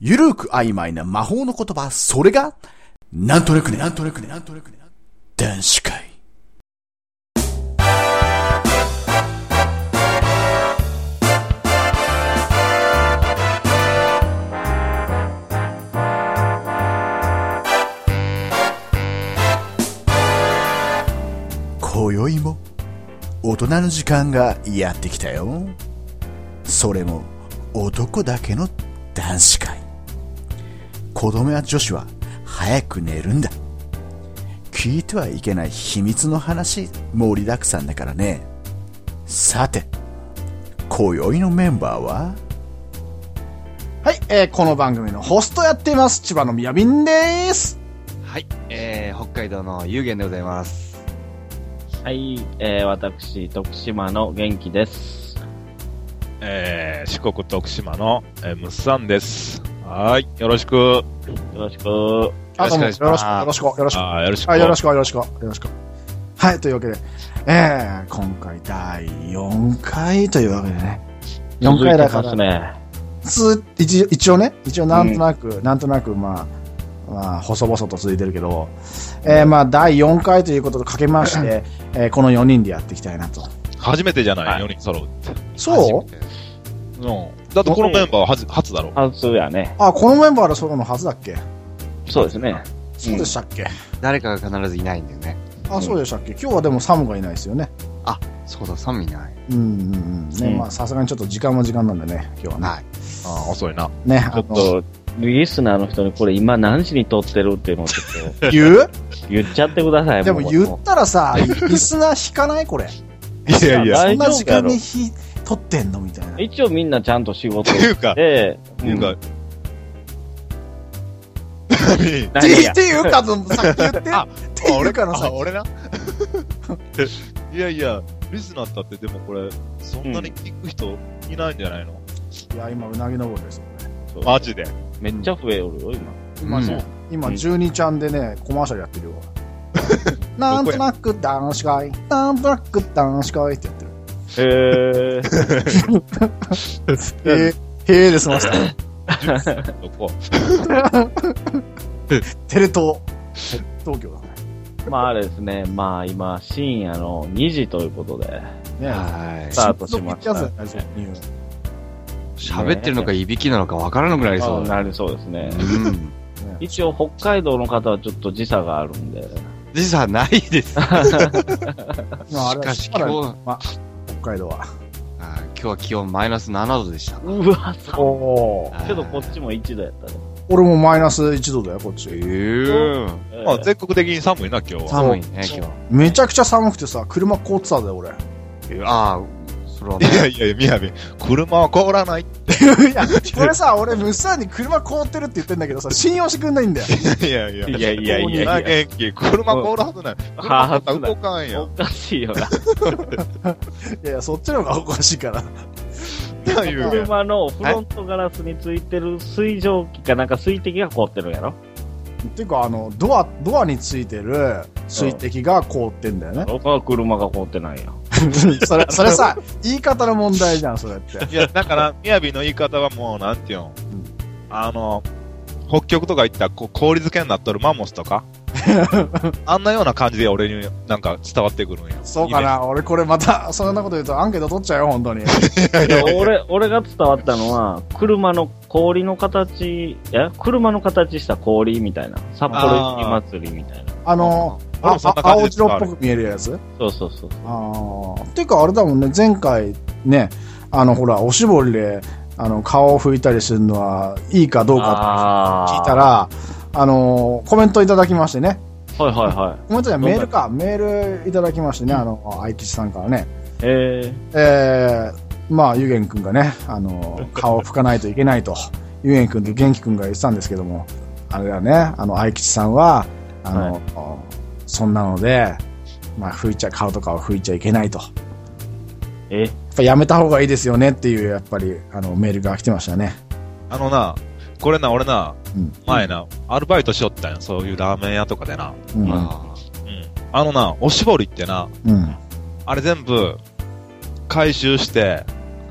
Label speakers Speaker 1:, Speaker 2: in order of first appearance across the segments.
Speaker 1: ゆるく曖昧な魔法の言葉、それが、なんとなくね、なんとなくね、なんとなくね、男子会。今宵も、大人の時間がやってきたよ。それも、男だけの男子会。子供や女子は早く寝るんだ聞いてはいけない秘密の話盛りだくさんだからねさて今宵のメンバーは
Speaker 2: はい、えーこの番組のホストやっています、千葉のみやびんです。
Speaker 3: はい、えー、北海道の有限でございます。
Speaker 4: はい、えー、私、徳島の元気です。
Speaker 5: えー、四国徳島の、えー、むっさんです。はーい、よろしく。
Speaker 4: よろしく。
Speaker 2: あ、どうも、
Speaker 3: よ
Speaker 2: よ
Speaker 3: ろ
Speaker 2: ろ
Speaker 3: しくお願い
Speaker 2: しく、
Speaker 3: し
Speaker 2: よろ
Speaker 3: ま
Speaker 2: しく、よろしく。
Speaker 5: あーよろしく。
Speaker 2: はい、よろしく、よろしく、よろしく。はい、というわけで、えー、今回第4回というわけでね。4回だか
Speaker 4: 続い
Speaker 2: ら、
Speaker 4: てますね。
Speaker 2: つ一応一応ね、一応なんとなく、なんとなく、まあ、まあ、細々と続いてるけど、えー、まあ、第4回ということとかけまして、えーこの4人でやっていきたいなと。
Speaker 5: 初めてじゃ
Speaker 4: は
Speaker 5: ないい、4人揃うって。
Speaker 2: そう
Speaker 5: うん。だってこのメンバーは初、初だろ。
Speaker 4: 初やね。
Speaker 2: あ、このメンバーでソロのはずだっけ
Speaker 4: そうですね。
Speaker 2: そうでしたっけ、
Speaker 3: 誰かが必ずいないんだよね。
Speaker 2: あ、そうでしたっけ今日はでもサムがいないですよね。
Speaker 3: そうだ、サムいない。
Speaker 2: うんうんうん。ね、
Speaker 4: うん
Speaker 2: まあさすがにちょっと時間も時間なんでね、今日はね。
Speaker 3: はい。
Speaker 5: あー遅いな。
Speaker 2: ね、
Speaker 4: ちょっと、リスナーの人にこれ今何時に撮ってるっていうのをちょっ
Speaker 2: あの言う
Speaker 4: と言っちゃってください。
Speaker 2: でも言った らさ、リスナー引かないこれ。
Speaker 5: いやいや、っ
Speaker 2: そ
Speaker 4: 大
Speaker 2: ん
Speaker 4: 丈夫や
Speaker 2: な
Speaker 4: ろ
Speaker 2: 時間に火取ってんのみたいな。
Speaker 4: 一応みんなちゃんと仕事
Speaker 5: ていうか、
Speaker 4: で、
Speaker 5: っていう
Speaker 4: う
Speaker 5: か
Speaker 4: ん、
Speaker 5: 何
Speaker 2: っ
Speaker 4: 何
Speaker 2: て
Speaker 4: や
Speaker 2: っていう か、さっき言って、っていうかの
Speaker 5: あ
Speaker 2: さ、
Speaker 5: 俺ないやいや、リスナーだってでもこれ、そんなに聞く人いないんじゃないの、
Speaker 2: いや、今うなぎ登りですよ。
Speaker 5: マジで。
Speaker 4: めっちゃ増えおるよ、今。
Speaker 2: 今ね、今12ちゃんでね、コマーシャルやってるよ。なんとなく男子会、なんとなく男子会ってやってる。
Speaker 4: へー。
Speaker 2: へえ、へえで済ました。
Speaker 5: どこ
Speaker 2: テレ東。東京だね。
Speaker 4: まああれですね、まあ今、深夜の2時ということで、
Speaker 2: ね
Speaker 3: は
Speaker 4: スタートしまし
Speaker 2: ちょ
Speaker 4: た
Speaker 2: っ。とピッチャーズやねそう
Speaker 3: い。喋ってるのか、いびきなのか分からなくなりそうだ。
Speaker 4: なりそうですね。
Speaker 3: うん。
Speaker 4: 一応、北海道の方はちょっと時差があるんで、
Speaker 3: 時差ないです。し
Speaker 2: 今あれ
Speaker 3: か
Speaker 2: は
Speaker 3: し
Speaker 2: しば
Speaker 3: 今
Speaker 2: ら
Speaker 3: 日
Speaker 2: く
Speaker 3: は、
Speaker 2: 北海道は。
Speaker 3: あー今日は気温マイナス7度でした。
Speaker 4: うわ、そう。
Speaker 2: お
Speaker 4: けどこっちも1度やったね。
Speaker 2: 俺もマイナス1度だよ、こっ
Speaker 3: え
Speaker 2: ち。
Speaker 3: ー。
Speaker 4: えー
Speaker 5: まあ、全国的に寒いな、今日は。
Speaker 3: 寒いね、
Speaker 2: そう
Speaker 3: 今
Speaker 2: めちゃくちゃ寒くてさ、車凍ってたんだよ、俺。い
Speaker 3: 日。ああ、それはい
Speaker 5: や
Speaker 3: ね。
Speaker 5: いやいや、みやび、車は凍らない。
Speaker 2: や、これさ、俺、ムッサンに車凍ってるって言ってんだけどさ、信用してくんないんだよ。
Speaker 5: いやいや。
Speaker 4: いやいやいやいや。
Speaker 5: 元気。車凍るはずない。車凍ったら動かんや
Speaker 4: お。かしいよ な。
Speaker 2: いやいや、そっちの方がおかしいから。
Speaker 5: な言うね
Speaker 4: 車のフロントガラスについてる水蒸気かなんか水滴が凍ってるんやろ
Speaker 2: ていうか、あの、ドア、ドアについてる水滴が凍ってんだよね。
Speaker 4: 僕は車が凍ってないや。
Speaker 2: それ、それさ、言い方の問題じゃん、それって。
Speaker 5: いや、だから、みやびの言い方はもう、なんていうん。あの、北極とか行ったらこう氷漬けになっとるマンモスとかあんなような感じで俺になんか伝わってくるんや。
Speaker 2: そうかな、俺これまた、 そんなこと言うとアンケート取っちゃうよ、本当に。
Speaker 4: 俺、俺が伝わったのは、車の氷の形、え車の形した氷みたいな。札幌雪祭りみたいな。
Speaker 2: あ の、
Speaker 5: 俺
Speaker 2: あ
Speaker 5: もそんな
Speaker 2: あ
Speaker 5: 感じで
Speaker 2: 青
Speaker 5: 伝
Speaker 2: 白
Speaker 5: わ
Speaker 2: っ
Speaker 5: る
Speaker 2: ぽく見えるやつ
Speaker 4: そうそうそう。
Speaker 2: ああ。ていうか、あれだもんね、前回ね、あの、ほら、おしぼりで、あの、顔を拭いたりするのは、いいかどうか
Speaker 4: あ
Speaker 2: って
Speaker 4: ー
Speaker 2: 聞いた。ら、あの、コメントいただきましてね、
Speaker 4: はいはいはい。
Speaker 2: コメントじゃないメール
Speaker 4: ど
Speaker 2: か、メールいただきましてね、あの、愛吉さんからね、
Speaker 4: え
Speaker 2: えー、まあ、ゆげんくんがね、あの、顔を拭かないといけないと、ゆげんくんと元気くんが言ってたんですけども、あれだね、あの、愛吉さんは、あの、そんなので、まあ、拭いちゃ、顔とかを拭いちゃいけないと。
Speaker 4: ー、え、
Speaker 2: やっぱやめた方がいいですよねっていう、やっぱり、あの、メールが来てましたね。
Speaker 5: あのな、これな、俺な、
Speaker 2: うん
Speaker 5: 前な、アルバイトしよったんや。そういうラーメン屋とかでな。
Speaker 2: うん。
Speaker 3: あ
Speaker 5: うん。あのな、おしぼりってな、
Speaker 2: うん。
Speaker 5: あれ全部、回収して、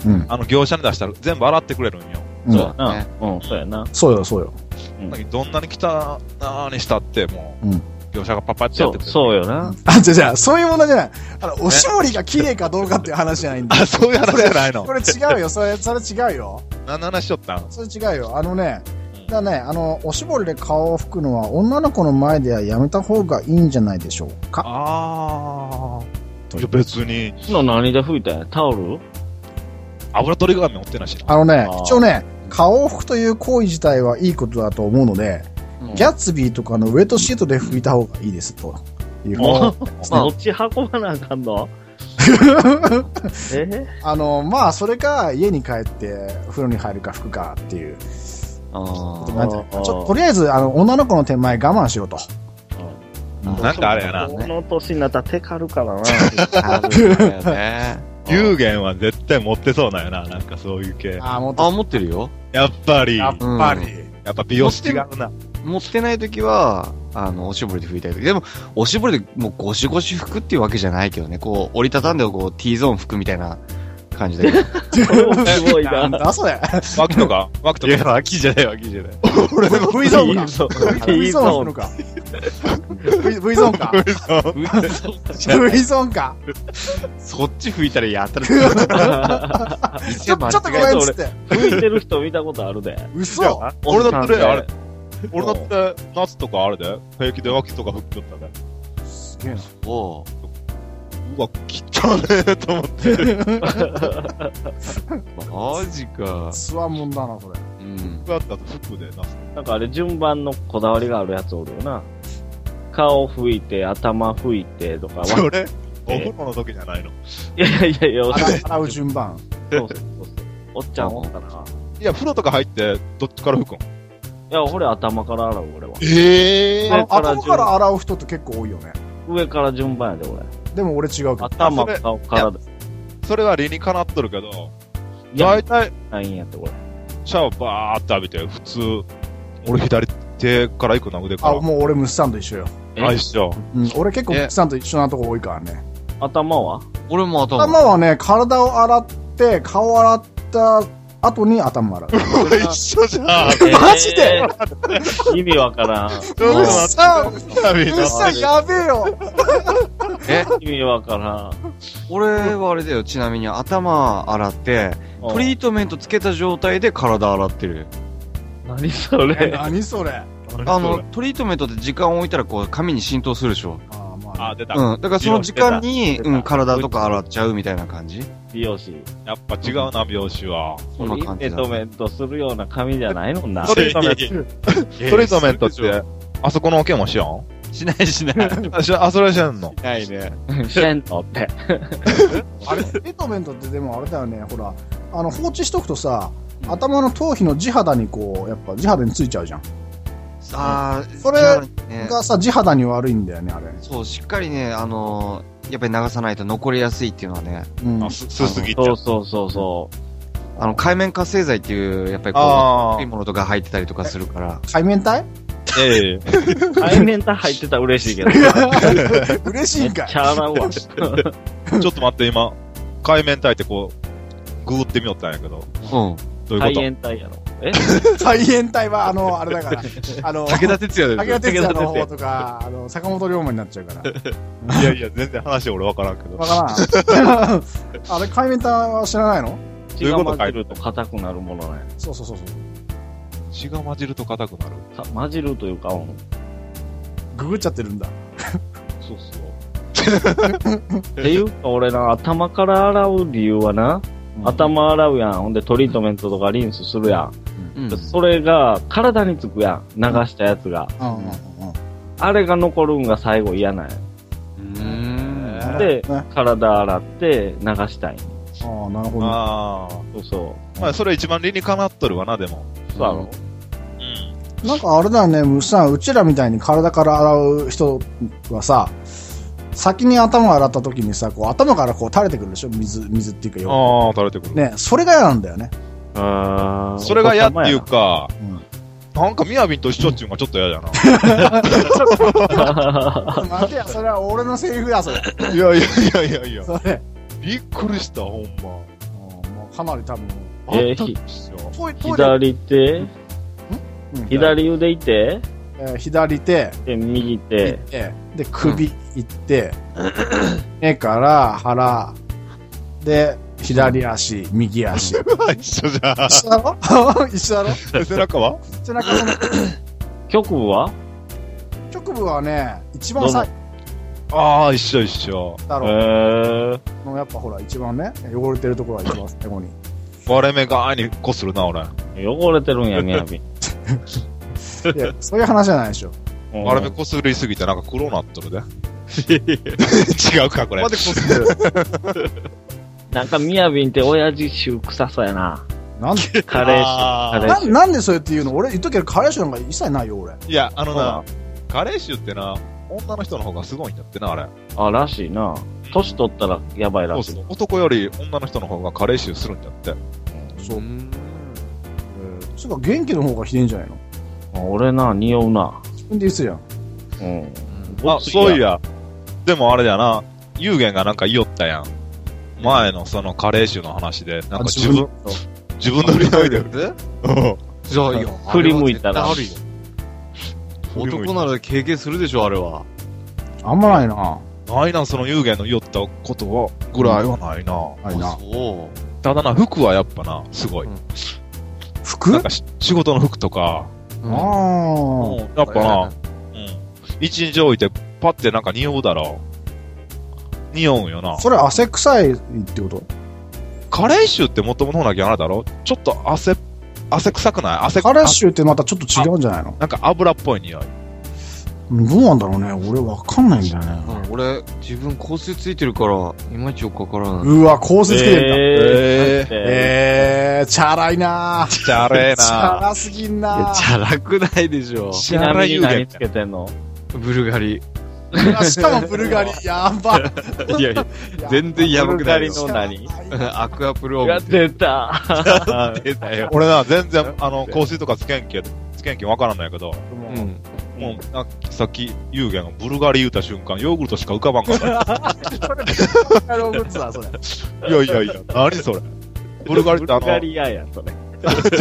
Speaker 2: うん。
Speaker 5: あの、業者に出したら全部洗ってくれるんよ。
Speaker 2: ううん
Speaker 4: そうやな
Speaker 3: ね。
Speaker 4: うん、そうやな。
Speaker 2: そうよ、そうよ。
Speaker 5: どんなに汚なにしたって、もう、
Speaker 2: うん
Speaker 5: 業者がパパってや
Speaker 4: そ
Speaker 5: って
Speaker 4: う、
Speaker 5: くれる。
Speaker 4: そうよな。
Speaker 2: あ、じゃじゃそういう問題じゃない。あの、おしぼりが綺麗かどうかっていう話じゃないんだ
Speaker 5: あ、。そういう話じゃないの
Speaker 2: こ。れ違うよ、それ、それ違うよ。
Speaker 5: 何の話しとったん
Speaker 2: それ違うよ。あのね、だからね、あの、おしぼりで顔を拭くのは女の子の前ではやめた方がいいんじゃないでしょうか。
Speaker 5: ああ。いや別に、
Speaker 4: の何で拭いたんやタオル
Speaker 5: 油取り紙持ってないしな。
Speaker 2: あのね
Speaker 4: あ、ー
Speaker 2: 一応ね、顔を拭くという行為自体はいいことだと思うので、
Speaker 3: うん
Speaker 2: ギャッツビーとかのウェットシートで拭いた方がいいです、という
Speaker 5: お
Speaker 4: 持ち運ばなあかんの え
Speaker 2: あの、まあ、それか、家に帰って、風呂に入るか、拭くかっていう。
Speaker 3: あ
Speaker 2: なんていう
Speaker 4: あー
Speaker 2: のちょとりあえず、あの、女の子の手前我慢しろと。
Speaker 3: ー
Speaker 5: なんかあれやな
Speaker 4: この年になったら手軽かな。
Speaker 3: あそうだよね。
Speaker 5: 有限は絶対持ってそうなんやな、なんかそういう系。
Speaker 2: ああ、もっ
Speaker 3: あ、
Speaker 2: と。
Speaker 3: 持ってるよ。
Speaker 5: やっぱり、
Speaker 2: や
Speaker 5: や
Speaker 2: っぱり。
Speaker 5: っぱ美容師違うな。
Speaker 3: 持ってないときは、あの、おしぼりで拭いたいとき。でも、おしぼりでもうゴシゴシ拭くっていうわけじゃないけどね。こう、折りたたんでこう、T ゾーン拭くみたいな感じ で。
Speaker 4: すごい
Speaker 2: なん
Speaker 4: な。
Speaker 2: だそれ。
Speaker 5: 脇とか、脇とか。
Speaker 3: や、秋じゃない、秋じゃない。
Speaker 2: 俺も V ゾー ン
Speaker 4: い
Speaker 2: か
Speaker 4: い。ぞ
Speaker 2: V ゾーンか。V, v ゾーン か。V ゾーンか。
Speaker 3: そっち拭いたらやったら。ちょっ
Speaker 2: ちょちょっとごめんっつって。
Speaker 4: 拭いてる人見たことあるで。
Speaker 2: 嘘。
Speaker 5: 俺だってねあ
Speaker 4: おっさん
Speaker 5: れ
Speaker 4: で、
Speaker 5: 俺だって、夏とかあれだよ。平気で脇とか吹き取ったね。
Speaker 2: すげえな。
Speaker 3: おう
Speaker 5: うわ、汚ねえと思って。
Speaker 3: マジか。
Speaker 2: つわもんだな、それ。
Speaker 3: うん。
Speaker 5: 服あったと服でな。
Speaker 4: なんかあれ順番のこだわりがあるやつおるよな。顔拭いて、頭拭いてとか。
Speaker 5: それ、お
Speaker 4: え
Speaker 5: 風呂の時じゃないの。
Speaker 4: いやいやいや、おっ
Speaker 2: 洗
Speaker 4: さん
Speaker 2: う洗う順番。
Speaker 4: そうそうそうそうおっちゃんおったな。
Speaker 5: いや、風呂とか入って、どっちから吹くん
Speaker 4: いや、俺頭から洗う、俺は。
Speaker 5: え
Speaker 4: え
Speaker 2: あの
Speaker 4: 上から
Speaker 2: 頭から 洗う人って結構多いよね。
Speaker 4: 上から順番やで、俺。
Speaker 2: でも俺違うけど。
Speaker 4: 頭、
Speaker 5: あそれ
Speaker 4: 顔、体。
Speaker 5: それは理にかなっとるけど、
Speaker 4: いや
Speaker 5: 大体、
Speaker 4: ないんやって、俺。
Speaker 5: シャワーバーって浴びて、普通、俺左手から行くな、腕か
Speaker 2: あ、
Speaker 5: ら。
Speaker 2: もう俺ムッサンと一緒よ。
Speaker 4: え
Speaker 5: あ、一緒。
Speaker 2: うん、俺結構ムッサンと一緒なとこ多いからね。
Speaker 4: 頭は
Speaker 3: 俺も頭。
Speaker 2: 頭はね、体を洗って、顔を洗った後に頭 洗う。
Speaker 5: 一緒じゃん。
Speaker 2: マジで
Speaker 4: えー意味わからん。
Speaker 5: ちょっと待って
Speaker 2: さん
Speaker 5: みん
Speaker 2: ムッ
Speaker 5: な
Speaker 2: サンやべえよ。
Speaker 3: え、
Speaker 4: 意味わからん。
Speaker 3: 俺はあれだよ。ちなみに頭洗って、 トリートメントつけた状態で体洗ってる。
Speaker 4: 何それ。
Speaker 2: 何それ。あ
Speaker 3: あの、、トリートメントって時間を置いたらこう、髪に浸透するでしょ。
Speaker 2: ーまあ
Speaker 5: あ、出た。
Speaker 3: うん。だからその時間に、
Speaker 4: 出た出た
Speaker 3: うん、体とか洗っちゃうみたいな感じ
Speaker 4: 美容師。
Speaker 5: やっぱ違うな、美容師は。
Speaker 3: そんな感
Speaker 4: ト
Speaker 3: じ
Speaker 4: リ
Speaker 3: だ
Speaker 4: ートメントするような髪じゃないのんな。
Speaker 5: それ
Speaker 4: トリートメント
Speaker 5: トリートメントって、あそこのおけもしやん
Speaker 3: しないしない。
Speaker 5: あ、しあそれしやんの
Speaker 3: ないね。
Speaker 4: してんのって。
Speaker 2: あれ、トリートメントってでもあれだよね、ほら、あの放置しとくとさ、頭の頭皮の地肌にこう、やっぱ地肌についちゃうじゃん。
Speaker 3: あー、
Speaker 2: それ
Speaker 3: じゃあね
Speaker 2: がさ、地肌に悪いんだよね、あれ。
Speaker 3: そう、しっかりね、あのーやっぱり流さないと残りやすいっていうのはね、
Speaker 2: うん
Speaker 5: あ、。す、すすぎちゃ
Speaker 4: そうう。そうそうそう。
Speaker 3: あの、海面活性剤っていう、やっぱりこう、
Speaker 5: あ
Speaker 3: 悪いものとか入ってたりとかするから、
Speaker 2: 海綿体
Speaker 5: あ、ええ。
Speaker 4: 対面体入ってたら嬉しいけど。
Speaker 2: 嬉し
Speaker 4: め
Speaker 2: い
Speaker 4: っ
Speaker 2: ん
Speaker 4: ち
Speaker 2: かい。
Speaker 4: ゃ洗うわ。
Speaker 5: ちょっと待って、今、海面体ってこう、ググってみよったんやけど、
Speaker 3: うん。
Speaker 5: どういう
Speaker 4: 体
Speaker 5: こ
Speaker 4: 炎体やろ。え
Speaker 2: 海綿体は、あの、あれだから、あの、武
Speaker 3: 田鉄矢
Speaker 2: 田鉄矢の方とか、あの、坂本龍馬になっちゃうから。
Speaker 5: といやいや、全然話俺わからんけど。
Speaker 2: わからん。あれ、海綿体は知らないの
Speaker 5: どうい
Speaker 4: 血
Speaker 5: う
Speaker 4: が
Speaker 5: こと
Speaker 4: 混じると硬くなるものね。
Speaker 2: そうそうそうそう。
Speaker 5: 血が混じると硬くな
Speaker 4: か
Speaker 5: る。
Speaker 4: 混じるというか、うん
Speaker 2: ググっちゃってるんだ。
Speaker 4: そう そう。っていうか、俺な、頭から洗う理由はな、頭洗うやん。ほんでトリートメントとかリンスするや
Speaker 3: うん
Speaker 4: ん。。それが体につくやん。流したやつが。
Speaker 2: うんうんうん
Speaker 4: あれが残るんが最後嫌なんや。
Speaker 3: うん。
Speaker 2: うん。
Speaker 4: で
Speaker 2: ね、あ
Speaker 4: 体洗って流したいん。
Speaker 2: あ、なるほどね。
Speaker 5: あ
Speaker 4: そうそ
Speaker 5: あ。まあ、それ一番理にかなっとるわな、でも。
Speaker 4: う。そうやろ
Speaker 5: うん。
Speaker 2: なんかあれだよね、ムッサン、うちらみたいに体から洗う人はさ、先に頭洗った時にさ、こう頭からこう垂れてくるでしょ水、水っていうかよ。
Speaker 5: ああ、垂れてくる。
Speaker 2: ね、それが嫌なんだよね。
Speaker 4: あ
Speaker 5: それが嫌っていうか、
Speaker 2: うん
Speaker 5: なんかみやびんと一緒っちゅうのがちょっと嫌だ
Speaker 2: 待てや、それは俺のセリフだ、それ。
Speaker 5: な。い やいやいやいやいや。
Speaker 2: それ。
Speaker 5: びっくりした、ほんま。
Speaker 2: もうかなり多分、
Speaker 4: えー
Speaker 3: あったん
Speaker 4: ひ
Speaker 3: ですよ。
Speaker 5: トイトイレ、
Speaker 4: 左手、
Speaker 2: うん
Speaker 4: 左腕いて、
Speaker 2: えー左手
Speaker 4: で、右
Speaker 2: 行っ
Speaker 4: 手、
Speaker 2: て、で、首行って、目から腹、で、左足、右足。
Speaker 5: 一緒じゃん。
Speaker 2: 一緒 だろ 一緒だろ
Speaker 5: 背中は
Speaker 2: 背中の
Speaker 4: 局部は
Speaker 2: 局部はね、一番最後
Speaker 5: ああ、一緒一緒。
Speaker 2: だ
Speaker 4: え
Speaker 2: ろう。
Speaker 4: ー、
Speaker 2: このやっぱほら、一番ね、汚れてるところは一番最後に。
Speaker 5: 割れ目があにこするな、俺。
Speaker 4: 汚れてるん や、みやび。
Speaker 2: いや、そういう話じゃないでしょ。
Speaker 4: うん
Speaker 5: 割れ目こすりすぎてなんか黒なっとるで。 違うか、これ。
Speaker 2: までこすってる。
Speaker 4: なんか、みやびんって親父臭臭そうやな。
Speaker 2: なん で、
Speaker 4: カレー
Speaker 5: あ
Speaker 4: 臭。カレー
Speaker 5: ー
Speaker 2: な
Speaker 4: 臭。
Speaker 2: なんでそうやって言うの俺言っとくけど、カレー臭なんか一切ないよ、俺。
Speaker 5: いや、あの
Speaker 2: あ
Speaker 5: な、加齢臭ってな、女の人の方がすごいんだってな、あれ。
Speaker 4: あ、らしいな。年取ったらやばい
Speaker 5: そ
Speaker 4: ら
Speaker 5: う
Speaker 4: しい。
Speaker 5: そう。男より女の人の方が加齢臭するんだって。
Speaker 2: そ う
Speaker 3: う。ん
Speaker 2: それか元気の方がひでえんじゃないの
Speaker 4: 俺な、匂うな。
Speaker 2: 自分で言ってたじゃん。
Speaker 4: うん。
Speaker 5: あ、そうい
Speaker 4: や。
Speaker 5: や。でもあれだよな、有限がなんか言おったやん。前のその加齢臭の話で、なんか自分、自分の振り返 りで。うん
Speaker 3: じゃあ、いや、
Speaker 4: 振り向いたら
Speaker 3: あれは絶対あるよ。男なら経験するでしょ、あれは。
Speaker 2: あんまないな。
Speaker 5: ないな、その有限の言おったことは、ぐらいはないな。
Speaker 2: ないな
Speaker 3: あ。そ
Speaker 5: ただな、服はやっぱな、すごい。
Speaker 3: うん
Speaker 2: 服
Speaker 5: なんかし仕事の服とか、
Speaker 3: う。あ。
Speaker 2: ああ。
Speaker 5: やっぱな、うん。一日置いて、パってなんか匂うだろう。匂うんよな。
Speaker 2: それ汗臭いってこと
Speaker 5: カレー臭ってもともとなきゃあれだろちょっと汗、汗臭くない汗、
Speaker 2: カラッシュってまたちょっと違うんじゃないの
Speaker 5: あなんか油っぽい匂い。
Speaker 2: うんどうなんだろうね俺わかんないんだよね。
Speaker 3: うん俺、自分香水ついてるから、いまいちよくわからない。
Speaker 2: うわ、香水つけてんだ。
Speaker 4: えー、え
Speaker 2: えー、チャラいなぁ。チ
Speaker 5: チャレー
Speaker 2: ャ
Speaker 5: な
Speaker 2: ラすぎんない
Speaker 3: や
Speaker 2: ぁ。
Speaker 3: チャラくないでし ょ。
Speaker 4: ー、ちなみに何つけてんの
Speaker 3: ブルガリ。
Speaker 2: しかもブルガリ、やば。
Speaker 3: いやいや、全然やばくないよ。
Speaker 4: ブルガリの
Speaker 3: アクアプロー
Speaker 4: や
Speaker 3: ム
Speaker 4: っ。てた。
Speaker 3: 出たよ。
Speaker 5: 俺な、全然、あの、香水とかつけんけど、つけんけんわからんのやけど、
Speaker 3: うん。
Speaker 5: もう、なんかさっき、有言がブルガリ言うた瞬間、ヨーグルトしか浮かばんかった。
Speaker 2: カログッズだ、それ。
Speaker 5: いやいやいや、何それ。ブルガリってあ
Speaker 4: ブルガ
Speaker 5: の、
Speaker 4: リアや、それ。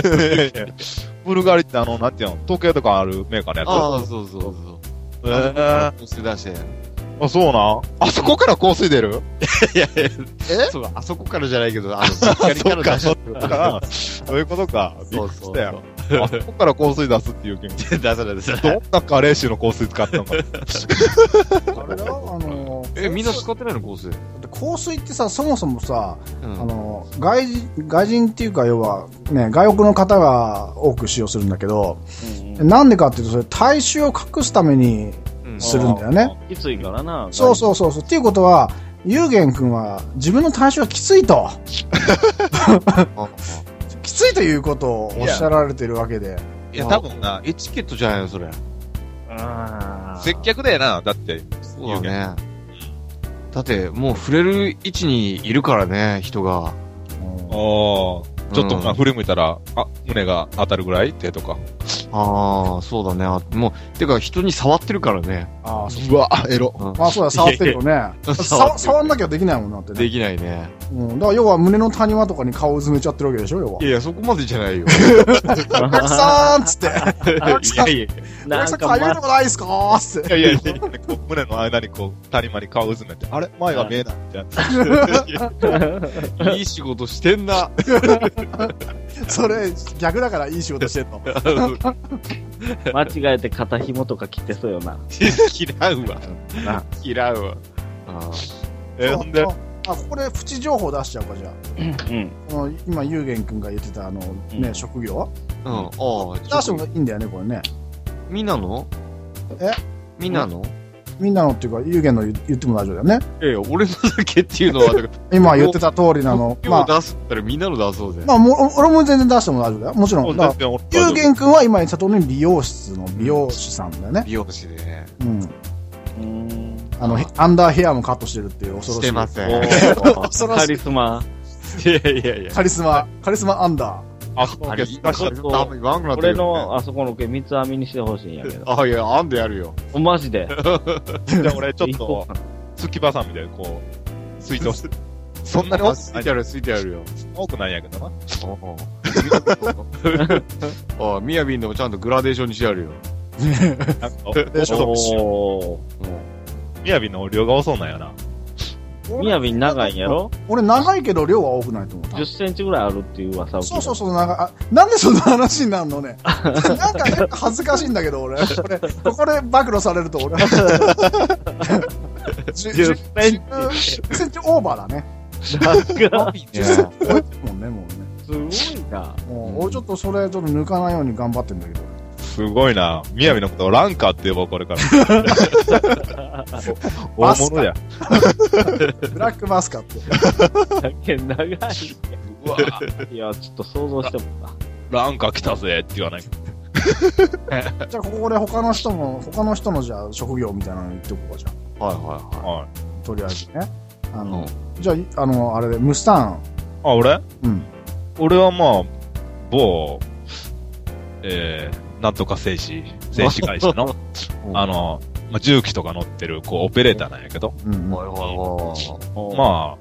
Speaker 5: ブルガリってあの、なんていうの、時計とかあるメーカーのやつ。
Speaker 3: ああ、そうそうそう。
Speaker 5: え
Speaker 3: あ
Speaker 5: ー
Speaker 3: の香水出して。
Speaker 5: あ、そうなんあそこから香水出る
Speaker 3: いやいや、えそう、あそこからじゃないけど、あの、しっかりから出し
Speaker 5: そ
Speaker 3: て
Speaker 5: っか、そういうことか。びっ
Speaker 3: そう
Speaker 5: くり
Speaker 3: そ
Speaker 5: し
Speaker 3: う
Speaker 5: た
Speaker 3: そ
Speaker 5: よ。あそこから香水出すっていう気持ち。
Speaker 3: う。出さない出さ ない。
Speaker 5: どんなカレー臭の香水使ったのか。
Speaker 2: あれだよあのー、
Speaker 3: え、みんな使ってないの香水。
Speaker 2: だって香水ってさ、そもそもさ、
Speaker 3: う
Speaker 2: あ
Speaker 3: ん。
Speaker 2: のー、外人、外人っていうか、要は、ね、外国の方が多く使用するんだけど、なんでかっていうと、それ、体臭を隠すために
Speaker 3: うん
Speaker 2: するんだよね。
Speaker 4: きついからな。
Speaker 2: そうそうそうそう。っていうことは、ゆうげんくんは自分の体臭がきついと、
Speaker 3: ああ
Speaker 2: きついということをおっしゃられてるわけで。
Speaker 5: いや、多分な、
Speaker 3: エチケットじゃないの、それ。
Speaker 4: あー
Speaker 5: 接客だよな。だって、
Speaker 3: そうだね。だって、もう触れる位置にいるからね、人が。
Speaker 5: ああ、ちょっと
Speaker 3: うん
Speaker 5: まあ振り向いたら、あ、胸が当たるぐらい手とか。
Speaker 3: ああ、そうだねあ。もう、てか人に触ってるからね。
Speaker 2: ああ、そう
Speaker 5: わ、エロ。
Speaker 2: まあそうだ、触ってるよね。
Speaker 3: 触って
Speaker 2: さ
Speaker 3: る
Speaker 2: 触んなきゃできないもんなって
Speaker 3: で
Speaker 2: ね。
Speaker 3: きないね。
Speaker 2: うん。だから要は胸の谷間とかに顔を埋めちゃってるわけでしょ、要は。
Speaker 3: いやいや、そこまでじゃないよ。
Speaker 2: お客さんっつって。お
Speaker 3: いやいや。
Speaker 4: な
Speaker 2: 客
Speaker 4: ん
Speaker 2: さん
Speaker 4: か、
Speaker 2: かゆいと
Speaker 4: ま、
Speaker 2: こないっすかーっつって。
Speaker 5: いやいやいや、こう胸の間にこう、谷間に顔うずめて、あれ前が見えないってやつ。
Speaker 3: いい仕事してんな。
Speaker 2: それ、逆だからいい仕事してんの。
Speaker 4: 間違えて肩紐とか切ってそうよな。
Speaker 3: 嫌うわ。
Speaker 4: な
Speaker 3: 嫌うわ。あ
Speaker 5: え、ほんで
Speaker 2: あ、、ここでプチ情報出しちゃおうか、じゃあ。
Speaker 4: うん。
Speaker 2: この今、ゆうげんくんが言ってた、あの、ね、職業
Speaker 3: あ。うん。ああ。
Speaker 2: 出してもいいんだよね、これね。
Speaker 3: みんなの
Speaker 2: え
Speaker 3: みんなの
Speaker 2: みんなのっていうか、ゆうげんの言言っても大丈夫だよね。
Speaker 3: ええ、俺のだけっていうのは、だから、
Speaker 2: 今言ってた通りなの。ま
Speaker 3: 今日
Speaker 2: あ、
Speaker 3: 出すったらみんなの出そうぜ。
Speaker 2: まあ、もう俺も全然出しても大丈夫だよ。もちろ。
Speaker 5: もうん
Speaker 2: だから
Speaker 5: 全然俺
Speaker 2: ゆうげんくんは今言った通りに美容室の美容師さんだよね。
Speaker 3: 美容師でね。
Speaker 2: うん。
Speaker 4: うん。
Speaker 2: あの、へアンダーヘアもカットしてるっていう恐ろしい。
Speaker 3: してません。
Speaker 2: 恐
Speaker 4: お
Speaker 2: ろしい
Speaker 4: カリスマ。
Speaker 3: いやいやいや。
Speaker 2: カリスマ、カリスマアンダ
Speaker 5: あ、そう
Speaker 3: あ
Speaker 5: け
Speaker 3: れ、
Speaker 5: すかしちゃっ
Speaker 4: こ
Speaker 3: 多分言わんくなって
Speaker 4: 俺
Speaker 3: るよ
Speaker 4: のあそこの毛三つ編みにしてほしいんやけ
Speaker 3: ね
Speaker 4: ど。
Speaker 3: あ、いや、あんでやるよ。
Speaker 4: おマジで。
Speaker 5: て、俺ちょっ、
Speaker 4: 行こと うかな
Speaker 5: 突きばさみでこう、水道して、そんなに多く
Speaker 3: つ
Speaker 5: ない
Speaker 3: てある、ついてあるよ。
Speaker 5: 多くないんやけどな。
Speaker 3: おうああ、みやびんでもちゃんとグラデーションにしてあるよ。
Speaker 5: なんか、
Speaker 2: でしょ
Speaker 4: お
Speaker 5: みやびの量が多そうなんやな。
Speaker 4: ー。みやび長いんやろ
Speaker 2: 俺長いけど量は多くないと思った。
Speaker 4: ?10 センチぐらいあるっていう噂を聞い
Speaker 2: そ
Speaker 4: た
Speaker 2: うそうそう、長い。あなんでそんな話になるのね。なんかなんか恥ずかしいんだけど、俺。俺、ここで暴露されると俺。10
Speaker 4: 10セン
Speaker 2: 10センチオーバーだね。
Speaker 4: チが。
Speaker 3: いや
Speaker 2: 超えてるもんね、もうね。
Speaker 4: すごいな。
Speaker 2: もう俺ちょっとそれ、ちょっと抜かないように頑張ってんだけ ど。
Speaker 5: すごいな。みやびのことをランカーって呼ぼう、これから。大物や。
Speaker 2: ブラックマスカって。
Speaker 4: だけど長い。
Speaker 5: うわ
Speaker 4: いや、ちょっと想像してもった。
Speaker 5: ランカー来たぜって言わない。
Speaker 2: じゃあ、ここで他の人も、他の人のじゃあ、職業みたいなの言っておこうか、じゃ
Speaker 3: はいはいは
Speaker 5: はい。
Speaker 2: あ。とりあえずね。あ
Speaker 3: い。
Speaker 2: の、じゃあ、あの、あれで、ムスタ
Speaker 5: あ、俺
Speaker 2: ーン。うん。
Speaker 5: 俺はまあ、某、えー、なんとか製紙、製紙会社の、
Speaker 3: うん
Speaker 5: あ、の、まあ、重機とか乗ってる、こう、オペレーターなんやけど、
Speaker 2: うん。
Speaker 3: はいはいはい。
Speaker 5: まあ、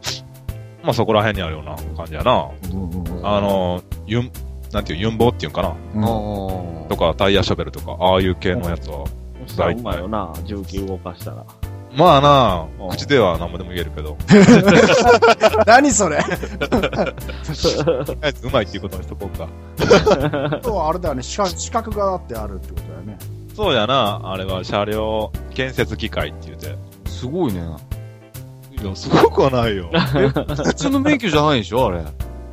Speaker 5: まあそこら辺にあるような感じやな。
Speaker 2: うんうんうん
Speaker 5: あの、ユン、なんていう、ユンボっていうんかな
Speaker 2: うん
Speaker 3: あ
Speaker 5: とか、タイヤショベルとか、ああいう系のやつは。
Speaker 4: あ、さあ、うまいよな。重機動かしたら。
Speaker 5: まあな
Speaker 4: うん
Speaker 5: あ、口では何もでも言えるけ ど、
Speaker 2: 何それ
Speaker 5: とりあえずうまいっていうことにしとこうか。
Speaker 2: あとはあれだよね、資格資格があってあるってことだよね。
Speaker 5: そうやな、あれは車両建設機械って言うて。
Speaker 3: あ。すごいね。
Speaker 5: いや、すごくはない よ。
Speaker 3: 普通の免許じゃないでしょ、あれ。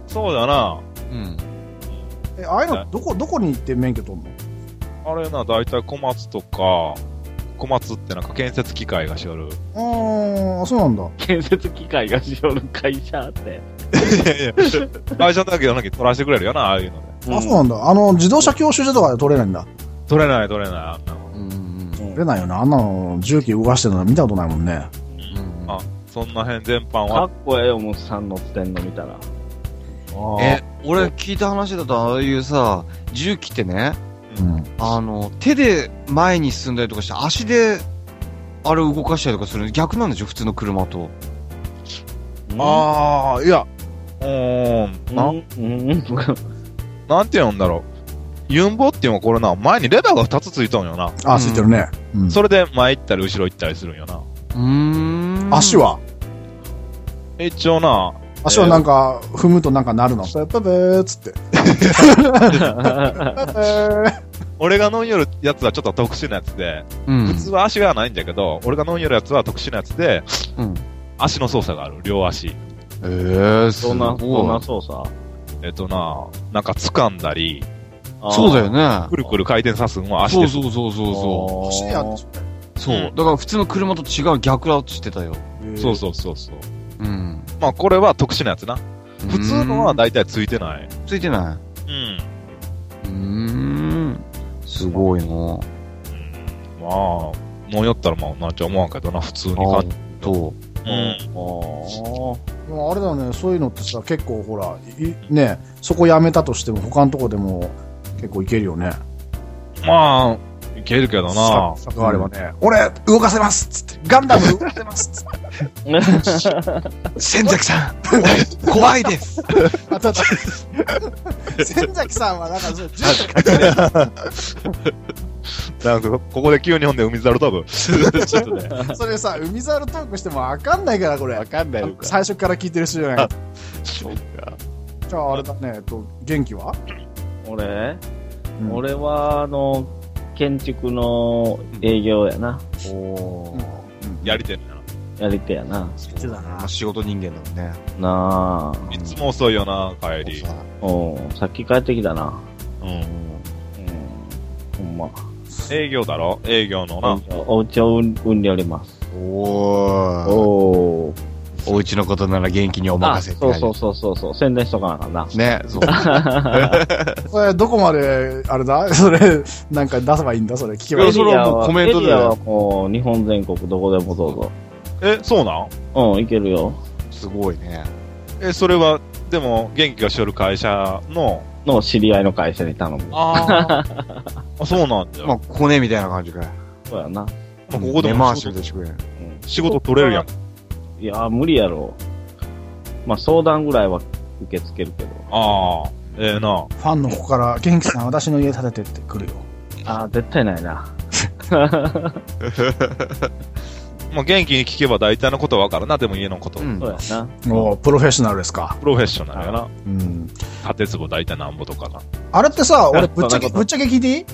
Speaker 5: そうだな。
Speaker 3: うん。
Speaker 2: え、ああいうの、どこ、どこに行って免許取るの
Speaker 5: あれな、だいたい小松とか、小松ってなんか建設機械がしよる。
Speaker 2: あー、そうなんだ。
Speaker 4: 建設機械がしよる会社って。
Speaker 5: いやいや会社だけどなきゃ取らせてくれるよな、ああいうので。
Speaker 2: あ、そうなんだ。あの、自動車教習所とかで取れないんだ。
Speaker 5: 取れない取れない、あんなの。
Speaker 3: うんうん
Speaker 2: 取れないよな。あんなの、重機動かしてるの見たことないもんね。
Speaker 3: うん。
Speaker 5: あそんな辺全般
Speaker 4: か
Speaker 5: は
Speaker 4: っ。こええよ、もうさん乗ってんの見たら。
Speaker 5: え
Speaker 3: え、俺聞いた話だと、ああいうさ、重機ってね、
Speaker 2: うん。
Speaker 3: あの、手で前に進んだりとかして、足で、あれを動かしたりとかする逆なんでしょ普通の車と。
Speaker 5: ああ、いや、うーん、
Speaker 4: な
Speaker 5: な
Speaker 4: うんうん。
Speaker 5: なんて言うんだろう。ユンボっていうのはこれな、前にレバーが2つついとんよな。
Speaker 2: あ、ついてるね。うん。
Speaker 5: それで前行ったり後ろ行ったりするんよな。
Speaker 3: うーん。
Speaker 2: 足は
Speaker 5: 一応な、
Speaker 2: 足はなんか、踏むとなんかなるの。ペペペーっつって。ペペー
Speaker 5: 俺が飲んよるやつはちょっと特殊なやつで、
Speaker 3: うん。
Speaker 5: 普通は足がないんだけど、俺が飲んよるやつは特殊なやつで、
Speaker 3: うん
Speaker 5: 足の操作がある、両足。
Speaker 3: えー、す
Speaker 4: どんな、どん
Speaker 3: ご。
Speaker 4: ない操作
Speaker 5: えっとな、なんか掴んだり、
Speaker 3: そうだよ
Speaker 4: ね。
Speaker 3: ね
Speaker 5: く。るくる回転さすのは足
Speaker 3: そ
Speaker 5: で
Speaker 3: う
Speaker 5: す。
Speaker 3: そうそうそうそ
Speaker 2: 欲しいやつ。
Speaker 3: う。そう。だから普通の車と違う逆だって言ってたよ。
Speaker 5: そうそうそうそう。
Speaker 3: うん。
Speaker 5: まあこれは特殊なやつな。普通のは
Speaker 3: だ
Speaker 5: 大体ついてない。
Speaker 3: ついてな
Speaker 5: うん。
Speaker 3: い。うーん。すごいなぁ。
Speaker 5: まあ、飲んよったらまあなんちゃ思わんけどな、普通に感じ。
Speaker 3: と。
Speaker 5: うん。
Speaker 4: お
Speaker 2: でもあれだよね、そういうのってさ、結構ほら、いね、そこやめたとしても、他のとこでも結構いけるよね。
Speaker 5: まあ、いけるけどな。
Speaker 2: 策があればね、俺、動かせますっつって、ガンダム動かせますっつって。
Speaker 3: 千崎さん 怖いです
Speaker 2: あたた千崎さんはなんかそう、銃
Speaker 5: なんか、ここで急に飲んで海猿飛ぶ。 ちょっとね。
Speaker 2: それさ、海猿トークしてもわかんないから、これ。
Speaker 5: かんなよ
Speaker 2: 最初から聞いてる人じゃない。
Speaker 5: そうか。
Speaker 2: じゃああれだね、えっと、元気は、
Speaker 4: 俺
Speaker 2: うん
Speaker 4: 俺は、あの、建築の営業やな。
Speaker 3: おー。
Speaker 5: やりてんな。
Speaker 4: やり手やな。
Speaker 2: てたな
Speaker 3: 仕事人間だもんね。
Speaker 4: なあ。
Speaker 5: いつも遅いよな、帰り。
Speaker 4: うん。さっき帰ってきたな。
Speaker 5: うん。
Speaker 4: うん。ほんま。
Speaker 5: 営業だろ営業のな。
Speaker 4: お家を運んでおります。
Speaker 3: おー。
Speaker 4: おー。
Speaker 3: お家のことなら元気にお
Speaker 4: あ、
Speaker 3: 任せって
Speaker 4: そう
Speaker 3: 感じ
Speaker 4: そうそうそうそう。宣伝しとかなあかんな。
Speaker 3: ね、そう。
Speaker 2: これ、どこまで、あれだそれ、なんか出せばいいんだそれ、聞けばい
Speaker 3: や
Speaker 2: い。
Speaker 3: それはもうコメントで
Speaker 4: エリアはもう日本全国どこでもどうぞ。
Speaker 5: え、そうなん
Speaker 4: うん、いけるよ。
Speaker 3: すごいね。
Speaker 5: え、それは、でも、元気がしよる会社の、
Speaker 4: の知り合いの会社に頼む。
Speaker 5: あ あ。そうなんだよ。
Speaker 3: まあ、こねみたいな感じか。
Speaker 4: そうやな。
Speaker 5: まあここで
Speaker 3: 根
Speaker 5: も
Speaker 3: 回し
Speaker 5: 仕
Speaker 3: みたい
Speaker 5: 事
Speaker 3: にしてくれ。
Speaker 4: うん
Speaker 5: 仕事取れるやん。
Speaker 4: いやー、無理やろ。まあ相談ぐらいは受け付けるけど。
Speaker 5: ああ、ええな。
Speaker 2: ファンの子から、元気さん、私の家建ててって来るよ。
Speaker 4: ああ、絶対ないな。
Speaker 5: まあ、元気に聞けば大体のことわかるな、でも家のこと。
Speaker 3: うん
Speaker 4: そうやな。
Speaker 2: もう、プロフェッショナルですか。
Speaker 5: プロフェッショナルやな。
Speaker 2: うん。
Speaker 5: 縦壺大体なんぼとかな。
Speaker 2: あれってさ、俺、
Speaker 4: あ
Speaker 2: ぶっち
Speaker 4: そんな
Speaker 2: ゃけ、
Speaker 4: こと
Speaker 2: ぶっちゃけ聞いていい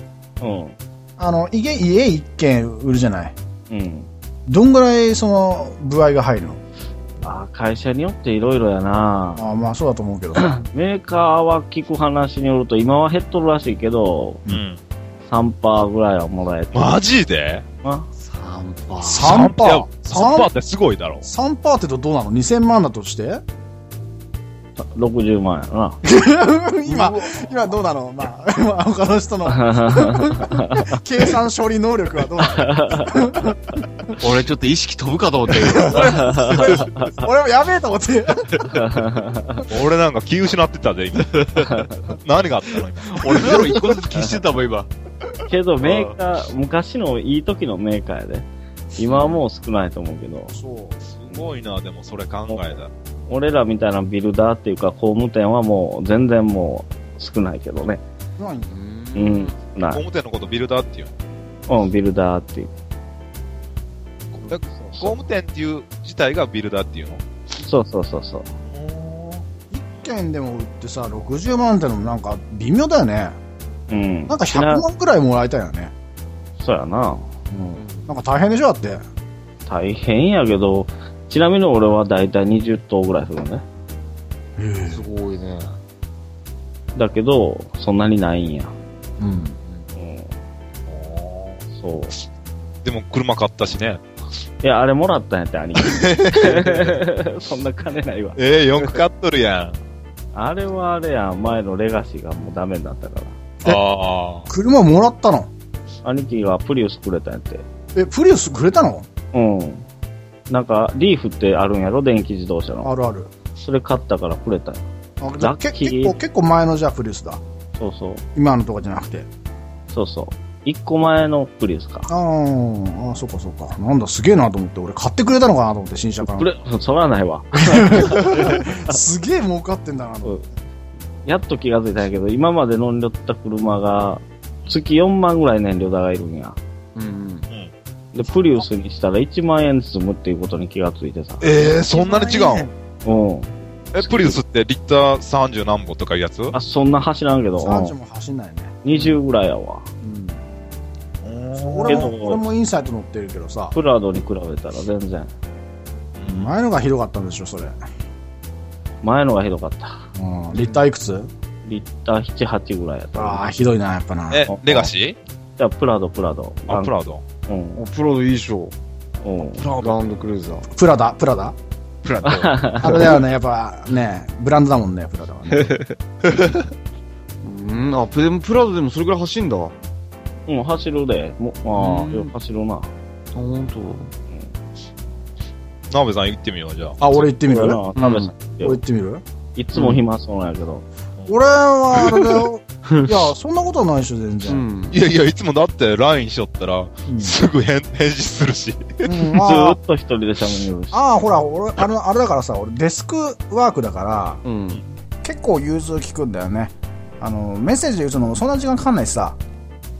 Speaker 4: うん。
Speaker 2: あの、家、家一軒売るじゃない。
Speaker 4: うん。
Speaker 2: どんぐらい、その、部合が入るの
Speaker 4: ああ、会社によっていろいろやな。
Speaker 2: あまあ、そうだと思うけど。あ
Speaker 4: メーカーは聞く話によると、今は減っとるらしいけど、
Speaker 5: うん。
Speaker 4: 3%ぐらいはもらえてる
Speaker 5: マジで
Speaker 4: な。
Speaker 3: 3パー。
Speaker 2: 3%
Speaker 5: いや ?3% ってすごいだろ。
Speaker 2: 3%ってとどうなの ?2000 万だとして
Speaker 4: 60万や
Speaker 2: 今、今どうなのまあ、まあ他の人 の
Speaker 4: な。
Speaker 2: 計算処理能力はどうな の
Speaker 3: 俺ちょっと意識飛ぶかと思ったけど。
Speaker 2: 俺もやべえと思って。
Speaker 5: 俺なんか気失ってたで、 今。何があったの今。
Speaker 3: 俺ゼロ一個ずつ消してたもん、今。
Speaker 4: けどメーカー、昔のいい時のメーカーやで。今はもう少ないと思うけど、
Speaker 2: そ
Speaker 5: すごいな、でもそれ考えたら。
Speaker 4: 俺らみたいなビルダーっていうか工務店はもう全然もう少ないけどね。
Speaker 2: う。ないんだ
Speaker 4: うん、少ない。
Speaker 5: 表のことビルダーっていう。
Speaker 4: うん、ビルダーっていう。
Speaker 5: え工務店っていう自体がビルダーっていうの
Speaker 4: そうそうそうそう。
Speaker 2: 一軒でも売ってさ、60万ってのもなんか微妙だよね。
Speaker 4: うん。
Speaker 2: なんか
Speaker 4: ちな
Speaker 2: 100万くらいもらいたいよね。
Speaker 4: そうやな。
Speaker 2: うん。なんか大変でしょだって。
Speaker 4: 大変やけど、ちなみに俺はだいたい20頭ぐらいするね。
Speaker 3: すごいね。
Speaker 4: だけど、そんなにないんや。
Speaker 2: うん。
Speaker 4: うん。そう。
Speaker 5: でも車買ったしね。
Speaker 4: いや、あれもらったんやって、 兄貴。そんな金ないわ。
Speaker 5: ええよく買っとるやん。
Speaker 4: あれはあれやん、前のレガシーがもうダメになったから。
Speaker 5: ああ。
Speaker 2: 車もらったの
Speaker 4: 兄貴がプリウスくれたんやって。
Speaker 2: え、プリウスくれたの
Speaker 4: うん。なんか、リーフってあるんやろ電気自動車の。
Speaker 2: あるある。
Speaker 4: それ買ったからくれたんや。
Speaker 2: あじゃあけ
Speaker 4: ラッキー
Speaker 2: 結構、結構前のじゃあプリウスだ。
Speaker 4: そうそう。
Speaker 2: 今のとかじゃなくて。
Speaker 4: そうそう。一個前のプリウスか。
Speaker 2: あーあ、そうかそうか。なんだ、すげえなと思って、俺買ってくれたのかなと思って、新車か
Speaker 4: くれ、 そらないわ。
Speaker 2: ら。すげえ儲かってんだなと思って。
Speaker 4: やっと気がついたんやけど、今まで乗り寄った車が、月4万ぐらい燃料代がいるんや。
Speaker 3: うん。
Speaker 4: で、プリウスにしたら1万円積むっていうことに気がついてさ。
Speaker 5: ええそんなに違うん
Speaker 4: うん。
Speaker 5: え、プリウスってリッター30何本とかいうやつ
Speaker 4: あ、そんな走らんけど、う
Speaker 2: 30
Speaker 4: ん
Speaker 2: も走んないね。
Speaker 4: 20ぐらいやわ。
Speaker 2: うん。
Speaker 5: 俺
Speaker 2: 俺
Speaker 5: も。
Speaker 4: け
Speaker 2: も、
Speaker 4: ど
Speaker 2: 俺もインサイト乗ってるけどさ、
Speaker 4: プラドに比べたら全然。
Speaker 2: 前のがひどかったんでしょ、それ。
Speaker 4: 前のがひどかった。
Speaker 2: うん。立体いくつ
Speaker 4: リッター7、8ぐらいやった。
Speaker 2: ああ、ひどいな、やっぱな。
Speaker 5: え、レガシ
Speaker 4: じゃあ、プラド、プラド。
Speaker 5: ーあ、プラド。
Speaker 4: うん。
Speaker 3: おプロいいでしょ。
Speaker 4: うん。
Speaker 3: ランドクルーザー。
Speaker 2: プラダ、プラダ
Speaker 3: プラン
Speaker 2: あれだよね、やっぱね、ブランドだもんね、プラダは ね。
Speaker 3: ド。うん、あ、でもプラドでもそれくらい走んだ。あ、
Speaker 4: うん、走るで。もああ、
Speaker 3: うん
Speaker 4: よく走るな。
Speaker 3: ほんと。
Speaker 5: ナベさん行ってみよう、じゃあ。
Speaker 2: あ、俺行ってみる
Speaker 4: 俺な
Speaker 2: 俺
Speaker 4: 田辺さん
Speaker 2: 行ってみる
Speaker 4: いつも暇そうなんやけど。
Speaker 2: 俺はあれ だよ。いや、そんなことないでしょ、全
Speaker 3: う
Speaker 2: 然。
Speaker 3: ん。
Speaker 5: いやいや、いつもだって LINE しよったら、すぐ返返事するし。
Speaker 2: うん
Speaker 4: ず
Speaker 2: あ
Speaker 4: ー
Speaker 2: あ
Speaker 4: っと一人で喋るし。
Speaker 2: ああ、ほら、俺、あれ、あれだからさ、俺デスクワークだから、
Speaker 3: うん。
Speaker 2: 結構融通聞くんだよねあのメッセージ打つのもそんな時間かかんないしさ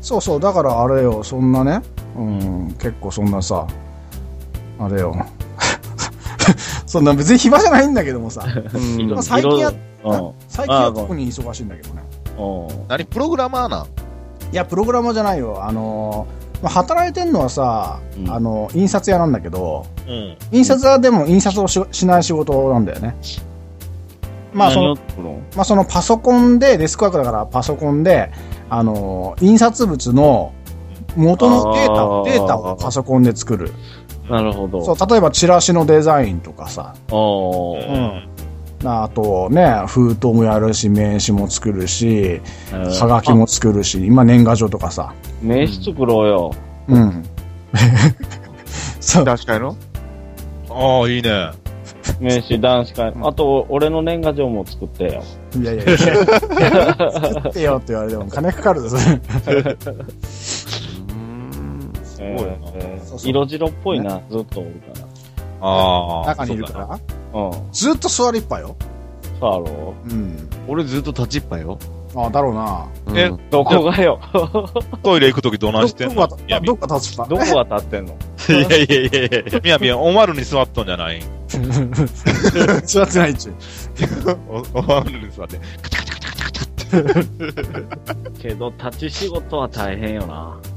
Speaker 2: そうそうだからあれよそんなねうん結構そんなさあれよ そんな別に暇じゃないんだけどもさ
Speaker 3: うん
Speaker 4: いろ
Speaker 2: 最近や
Speaker 4: いろ
Speaker 2: 最近は特に忙しいんだけどね
Speaker 4: うん。うん。
Speaker 5: 何プログラマーなん
Speaker 2: いやプログラマーじゃないよあのまあ働いてんのはさ、
Speaker 4: うん
Speaker 2: あの印刷屋なんだけど
Speaker 5: うん。
Speaker 2: 印刷屋でも印刷をししない仕事なんだよねまあその
Speaker 4: 何を作るん
Speaker 2: まあ、そのパソコンで、デスクワークだからパソコンで、あのー印刷物の元のデータ
Speaker 4: あ
Speaker 2: を、
Speaker 4: ー
Speaker 2: データをパソコンで作る。
Speaker 4: なるほど。
Speaker 2: そう、例えばチラシのデザインとかさ、
Speaker 4: おー。
Speaker 5: ん。
Speaker 2: あとね、封筒もやるし、名刺も作るし、
Speaker 4: えー
Speaker 2: はがきも作るし、今年賀状とかさ。
Speaker 4: あ名刺作ろうよ。
Speaker 2: うん。そう、
Speaker 3: 確かにの
Speaker 5: ああ、いいね。
Speaker 4: 名刺男子会。あと、俺の年賀状も作ってよ。
Speaker 2: いやいやいや。作ってよって言われても金かかるぞ、そ
Speaker 3: う
Speaker 2: れ。
Speaker 3: ん。
Speaker 4: え
Speaker 5: ごいな
Speaker 4: ーえー
Speaker 2: そうそう
Speaker 4: 色白っぽいな、ずっとおるから。
Speaker 5: ああ。
Speaker 2: 中にいるか
Speaker 5: そうだな。
Speaker 2: ら。
Speaker 4: うん。
Speaker 2: ずっと座りっぱよ。
Speaker 4: そうやろ
Speaker 2: うん。
Speaker 3: 俺ずっと立ちっぱよ。
Speaker 2: ああ、だろうな。
Speaker 3: うん
Speaker 5: え
Speaker 4: どこがよ。
Speaker 5: トイレ行くときどな
Speaker 2: ど
Speaker 5: してん
Speaker 2: こ
Speaker 5: の
Speaker 2: が
Speaker 5: みや、び
Speaker 2: どこが立つた
Speaker 4: どこが立ってんの
Speaker 3: いやいやいやいや。
Speaker 5: みやびや、おまるに座っとんじゃない
Speaker 2: 座ってないっちゅう。
Speaker 5: おおまるに座って。
Speaker 4: けど、立ち仕事は大変よ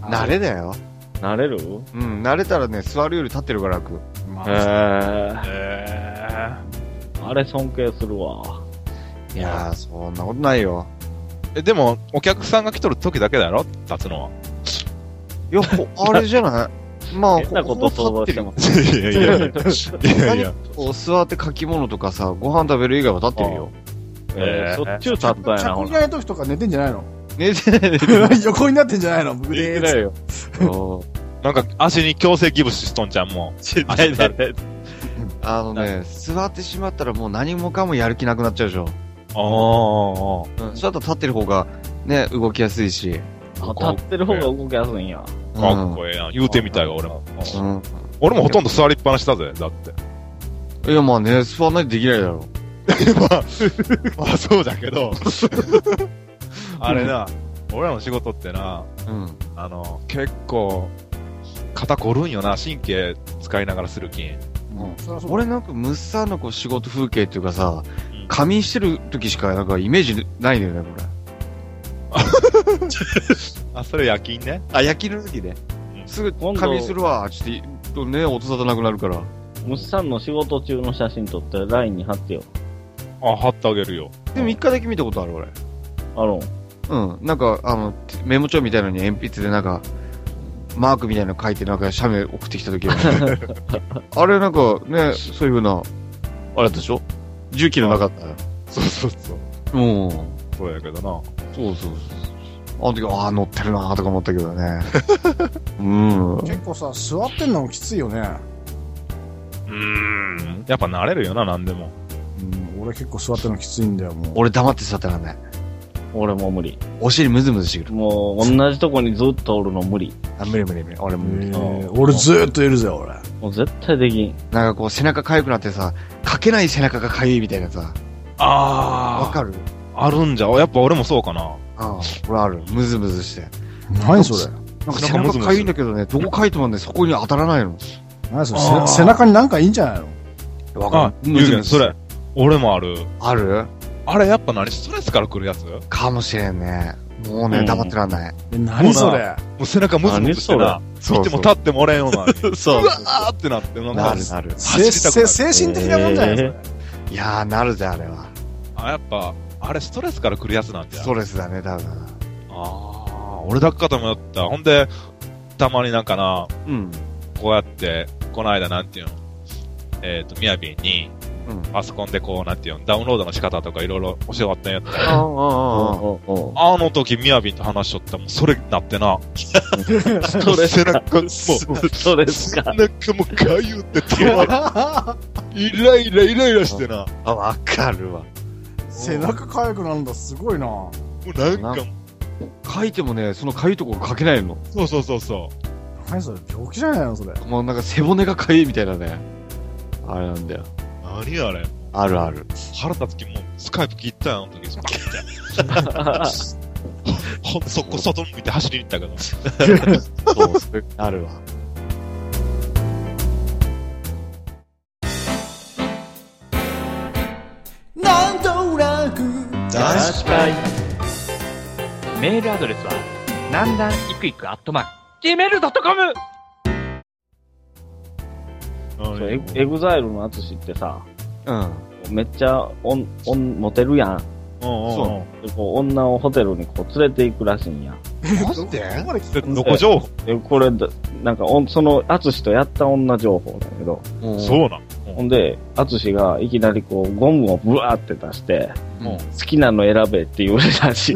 Speaker 4: な。
Speaker 3: 慣れだよ。
Speaker 4: 慣れる
Speaker 3: うん、慣れたらね、座るより立ってるから楽。
Speaker 4: へ
Speaker 2: まあ、
Speaker 4: え。
Speaker 5: え
Speaker 4: あれ尊敬するわ。
Speaker 3: いやー、そんなことないよ。
Speaker 5: ーえ、でも、お客さんが来とるときだけだろ立つ のは。
Speaker 3: いや、 ほあれじゃないまあ、
Speaker 4: 変なこと想像して
Speaker 3: こ
Speaker 4: ま
Speaker 5: いやいやいや。
Speaker 4: す。
Speaker 5: いやいや。
Speaker 3: こ立ってる座って書き物とかさ、ご飯食べる以外は立ってるよ。
Speaker 4: えーしょっちゅう立
Speaker 2: 着
Speaker 4: ったんやな、ほ
Speaker 2: 着
Speaker 4: ら
Speaker 2: 替。えの時とか寝てんじゃないの
Speaker 3: 寝てないで。
Speaker 2: 横になってんじゃないの僕
Speaker 4: で
Speaker 2: で
Speaker 4: きないよ。
Speaker 3: うん
Speaker 5: なんか足に強制ギブスしとんじゃん、もう。足に
Speaker 3: あのね、座ってしまったらもう何もかもやる気なくなっちゃうでしょ。
Speaker 5: おーおーおー
Speaker 3: そうやったら立ってる方が、ね、動きやすいし。
Speaker 4: あ立ってる方が動きやすいんや。
Speaker 5: かっこええな。言うてみたいわ、俺も。
Speaker 3: うん。
Speaker 5: 俺もほとんど座りっぱなしだぜ、だって。
Speaker 3: いや、まあね、座んないとできないだろ。
Speaker 5: まあ、まあそうだけど。 あれな、俺らの仕事ってな、
Speaker 3: うん。
Speaker 5: あの、結構、肩こるんよな、神経使いながらするき
Speaker 3: う
Speaker 5: ん。
Speaker 3: ん
Speaker 2: そりゃそうだ
Speaker 3: 俺なんか、ムッサンのこう仕事風景っていうかさ
Speaker 5: うん、
Speaker 3: 仮眠してる時しかなんかイメージないんだよね、これ。
Speaker 5: あ、それ夜勤ね。
Speaker 3: あ、焼きの時ね。すぐ
Speaker 4: 今度
Speaker 3: 仮眠するわ、ちょっと、ね、音沙汰なくなるから。
Speaker 4: 虫さんの仕事中の写真撮って LINE に貼ってよ。
Speaker 5: あ、貼ってあげるよ。
Speaker 3: でも一回だけ見たことある、俺。
Speaker 4: あの、
Speaker 3: うん。なんか、あの、メモ帳みたいなのに鉛筆でなんか、マークみたいなの書いて、なんか、写メ送ってきた 時はあれ、なんか、ね、そういうふうな、あれだったでしょ重機のなかったよ。
Speaker 5: そうそうそう。
Speaker 3: うん。
Speaker 5: そうやけどな。
Speaker 3: そうそうそう。あの時、ああ、乗ってるなーとか思ったけどね。 うん。
Speaker 2: 結構さ、座ってんのもきついよね。
Speaker 5: うーん。やっぱ慣れるよな、なんでも。
Speaker 2: うん、俺結構座ってんのきついんだよ、もう。
Speaker 3: 俺黙って座ってらんない。
Speaker 4: 俺も無理。
Speaker 3: お尻ムズムズしてくる。
Speaker 4: もう、同じとこにずっとおるの無理。
Speaker 3: あ、無理無理無理。俺も無
Speaker 2: え
Speaker 3: 理。
Speaker 2: ー俺ずーっといるぜ、俺。
Speaker 4: もう絶対できん。
Speaker 3: なんかこう、背中痒くなってさ、かけない背中が痒いみたいなさ。わ
Speaker 5: あ
Speaker 3: かる
Speaker 5: あるんじゃ。やっぱ俺もそうかな。
Speaker 3: ああ、俺ある。ムズムズして。
Speaker 2: 何それ
Speaker 3: なんか背中かゆいんだけどね、どこかいてもね、そこに当たらないの。
Speaker 2: 何それ
Speaker 5: あー
Speaker 2: せ背中になんかいいんじゃないの
Speaker 3: わ
Speaker 5: あ、
Speaker 3: る。
Speaker 5: ゆうげん、それ。。俺もある。
Speaker 3: ある
Speaker 5: あれやっぱ何ストレスから来るやつも
Speaker 3: かもしれんね。もう
Speaker 4: う
Speaker 3: ね、
Speaker 4: ん
Speaker 3: 黙ってらんない。
Speaker 2: え何それ
Speaker 5: う背中ムズムズしてな。
Speaker 3: そ
Speaker 5: 見ても立ってもらえんような。う
Speaker 3: そう
Speaker 5: わーってなって、なん
Speaker 3: な
Speaker 5: か
Speaker 3: る、なる。
Speaker 2: せ
Speaker 5: 走りたくな
Speaker 2: せ
Speaker 5: る
Speaker 2: 精神的なもんじゃないそれ。
Speaker 3: いやー、なるぜ、あれは。
Speaker 5: あ、やっぱ、あれストレスから来るやつなんだ
Speaker 3: ス
Speaker 5: よ。
Speaker 3: トレスだね、多分。
Speaker 5: ああ、俺だけかと思った。ほんで、たまになんかな、
Speaker 3: うん。
Speaker 5: こうやって、この間なんていうの、えっ、ー、と、みやびに、
Speaker 3: うん
Speaker 5: パソコンでこうなんていうの、ダウンロードの仕方とかいろいろ教え終わったんやった
Speaker 3: ああ、あ
Speaker 5: よ。
Speaker 3: あ、ああ。
Speaker 4: うんうんうん
Speaker 5: あの時、みやびと話しとったもん、それなっ てな。背中、もう、
Speaker 4: ストレスか。
Speaker 5: なんかもう、かゆって手が、 イライライライラしてな。も
Speaker 3: あ、わかるわ。
Speaker 2: 背中かゆくなるんだ、すごいな。
Speaker 5: うなんか、
Speaker 3: 書いてもね、そのかゆいとこ書けないの。
Speaker 5: そうそうそうそ
Speaker 2: 何それ病気じゃないのそれ。
Speaker 3: もうなんか背骨がかゆいみたいなね。あれなんだよ。
Speaker 5: う。何あれ。
Speaker 3: あるある。
Speaker 5: 腹立つきもう、スカイプ切ったよ、あの時。ほんと、そこ、外向いて走りに行ったけど。
Speaker 3: そう、それあるわ。
Speaker 1: なんとなく
Speaker 4: 確かに。
Speaker 6: メールアドレスは、なんだんいくいくアットマーク、gmail.com!
Speaker 4: そうエグエグザイルの淳ってさ、
Speaker 3: うん。
Speaker 4: めっちゃおんおんモテるやん。
Speaker 5: そ
Speaker 4: でこう女をホテルにこう連れて行くらしいんや。
Speaker 3: マジで
Speaker 2: これ聞く
Speaker 5: う。どこ情報
Speaker 4: でこれだ、なんかおん、その、淳とやった女情報だけど、
Speaker 5: そうなん。
Speaker 4: ほんで、淳がいきなりこう、ゴムをブワーって出して、
Speaker 3: うん
Speaker 4: 好きなの選べって言われたらしい。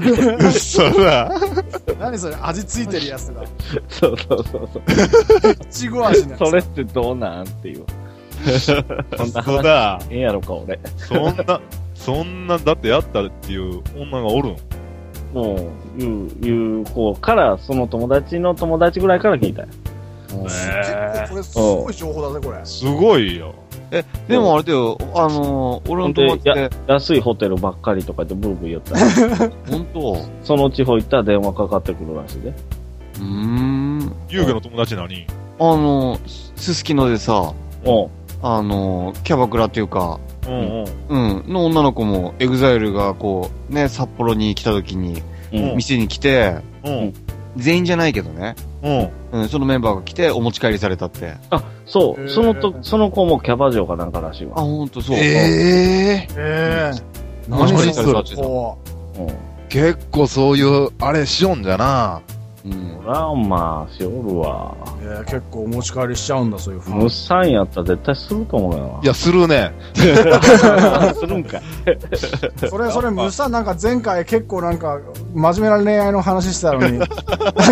Speaker 5: 嘘だ。
Speaker 2: 何それ味ついてるやつだ。い
Speaker 4: そうそうそうそう。
Speaker 2: ちご味のやつだ
Speaker 4: それってどうなんっていう。そんな
Speaker 5: そう
Speaker 4: 話
Speaker 5: だ。
Speaker 4: ええやろか、俺。
Speaker 5: そんな、そんな、だってやったっていう女がおるん。
Speaker 4: もう、いう、いう子から、その友達の友達ぐらいから聞いたよ。
Speaker 2: 結構これすごい情報だぜ、これ。
Speaker 5: すごいよ。
Speaker 3: でもあれだよ、あのー、俺の友達って、
Speaker 4: 安いホテルばっかりとかでブーブー言ったら、
Speaker 3: 本当う
Speaker 4: その地方行ったら電話かかってくるらしいで。
Speaker 3: ーん。
Speaker 5: 遊具の友達何
Speaker 3: あのー、すすきのでさ、
Speaker 4: おう
Speaker 3: あのー、キャバクラっていうか、
Speaker 5: うんうん。
Speaker 3: うん、の女の子も、エグザイルがこう、ね、札幌に来た時に、
Speaker 4: うん
Speaker 5: うん
Speaker 3: 店に来て、
Speaker 5: うん。
Speaker 3: 全員じゃないけどね、
Speaker 5: うん。
Speaker 3: うん、そのメンバーが来て、お持ち帰りされたって。
Speaker 4: あ、そう、
Speaker 2: へー
Speaker 4: そのと、その子もキャバ嬢かなんからしい
Speaker 3: あ、
Speaker 4: わ。
Speaker 3: ほんとそう。
Speaker 7: ええ
Speaker 2: ええ
Speaker 3: 何
Speaker 7: 何
Speaker 3: それ
Speaker 2: こ
Speaker 4: うん。
Speaker 7: 結構そういう、あれしよんじゃな。
Speaker 3: うん
Speaker 4: そら、まあ、しおるわ。
Speaker 2: う、ええ結構お持ち帰りしちゃうんだ、そういう風
Speaker 4: 物産やったら絶対すると思うよ
Speaker 7: いや、するね。
Speaker 4: な。するんかい。
Speaker 2: それ、それ、むさん、なんか前回結構なんか、真面目な恋愛の話してた のに、なん